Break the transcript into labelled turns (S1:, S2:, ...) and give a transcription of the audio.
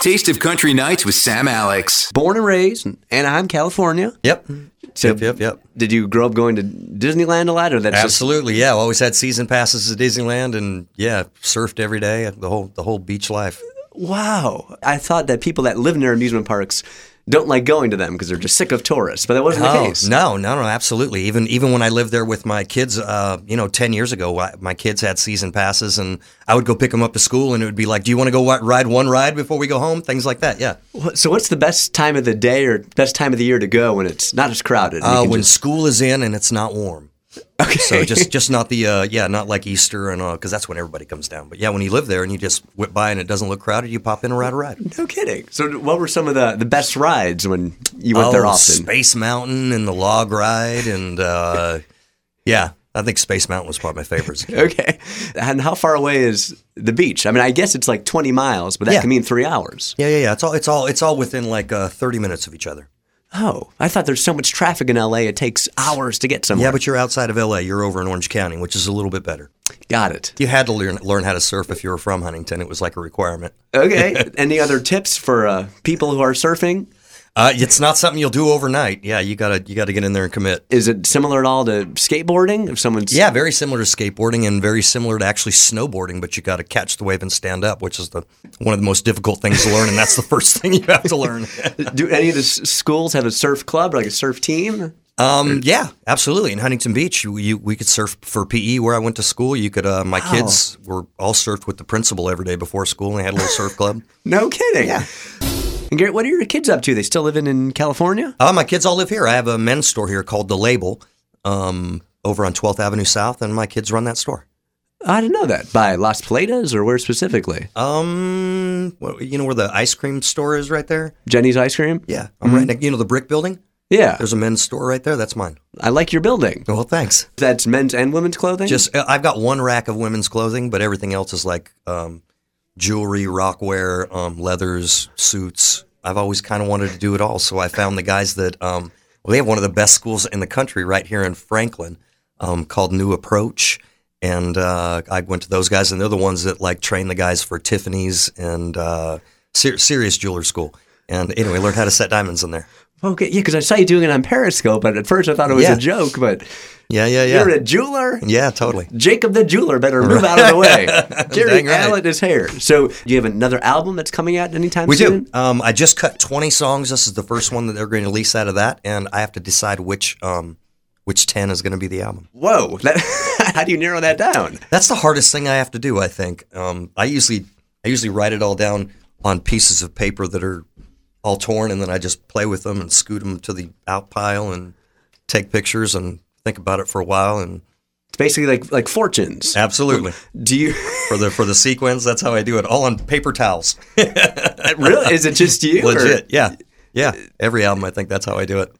S1: Taste of Country Nights with Sam Alex.
S2: Born and raised in Anaheim, California.
S3: Yep. Yep, yep, yep.
S2: Did you grow up going to Disneyland a lot, or that's just
S3: Absolutely, yeah. Always had season passes to Disneyland, and yeah, surfed every day. The whole the whole beach life.
S2: wow? I thought that people that live near amusement parks don't like going to them because they're just sick of tourists, but that wasn't the
S3: Oh
S2: case.
S3: no, no, no, absolutely. Even even when I lived there with my kids, uh, you know, ten years ago, I, my kids had season passes, and I would go pick them up to school, and it would be like, "Do you want to go wa- ride one ride before we go home?" Things like that. Yeah.
S2: Wha- So, what's the best time of the day or best time of the year to go when it's not as crowded? and you
S3: Uh,
S2: can
S3: when
S2: just-
S3: school is in and it's not warm. Okay. So just just not the uh, yeah, not like Easter and all, because that's when everybody comes down. But yeah, when you live there and you just whip by and it doesn't look crowded, you pop in and ride a ride.
S2: no kidding. So, what were some of the, the best rides when you went there
S3: Oh,
S2: often?
S3: Space Mountain and the log ride and uh, yeah, I think Space Mountain was probably my favorite.
S2: Okay. And how far away is the beach? I mean, I guess it's like 20 miles, but that
S3: Yeah.
S2: can mean three hours.
S3: Yeah, yeah, yeah. It's all it's all it's all within like uh, thirty minutes of each other.
S2: Oh, I thought there's so much traffic in LA, it takes hours to get somewhere.
S3: Yeah, but you're outside of LA. You're over in Orange County, which is a little bit better.
S2: Got it.
S3: You had to learn learn how to surf if you were from Huntington. It was like a requirement.
S2: Okay. Any other tips for uh, people who are surfing?
S3: Uh, it's not something you'll do overnight. Yeah, you gotta you gotta get in there and commit.
S2: Is it similar at all to skateboarding? If someone's
S3: Yeah, very similar to skateboarding and very similar to actually snowboarding, but you got to catch the wave and stand up, which is the one of the most difficult things to learn, and that's the first thing you have to learn.
S2: do any of the s- schools have a surf club or like a surf team?
S3: Um, yeah, absolutely. In Huntington Beach, you, you, we could surf for PE where I went to school. You could. Uh, my kids were all surfed with the principal every day before school, and they had a little surf club.
S2: No kidding. Yeah. And Garrett, what are your kids up to? They still living in California?
S3: Uh, my kids all live here. I have a men's store here called The Label, um, over on 12th Avenue South, and my kids run that store.
S2: I didn't know that. By Las Paladas or where specifically?
S3: Um, well, you know where the ice cream store is right there?
S2: Jenny's Ice Cream?
S3: Yeah, Mm-hmm. I'm right next. You know the brick building?
S2: Yeah.
S3: There's a men's store right there. That's mine.
S2: I like your building.
S3: Well, thanks.
S2: That's men's and women's clothing?
S3: Just uh, I've got one rack of women's clothing, but everything else is like um, jewelry, rockware, um, leathers, suits. I've always kind of wanted to do it all, so I found the guys that um, well, they have one of the best schools in the country right here in Franklin um, called New Approach, and uh, I went to those guys, and they're the ones that like train the guys for Tiffany's and uh, ser- serious jeweler school. And anyway, learned how to set diamonds in there.
S2: Okay, yeah, because I saw you doing it on Periscope, but at first I thought it was
S3: Yeah.
S2: a joke. But
S3: Yeah, yeah, yeah,
S2: you're a jeweler,
S3: yeah, totally.
S2: Jacob the jeweler better move out of the way. Gary
S3: Dang right.
S2: Allen is here. So, do you have another album that's coming out anytime
S3: We
S2: soon?
S3: do. Um, I just cut 20 songs. This is the first one that they're going to release out of that, and I have to decide which um, which 10 is going to be the album.
S2: Whoa! That, how do you narrow that down?
S3: That's the hardest thing I have to do. I think um, I usually I usually write it all down on pieces of paper that are all torn, and then I just play with them and scoot them to the out pile and take pictures and think about it for a while. And
S2: It's basically like like fortunes.
S3: absolutely
S2: Do you
S3: for the for the sequence, that's how I do it. All on paper towels,
S2: really? Is it just you? or-
S3: legit. Yeah, yeah. Every album, I think that's how I do it.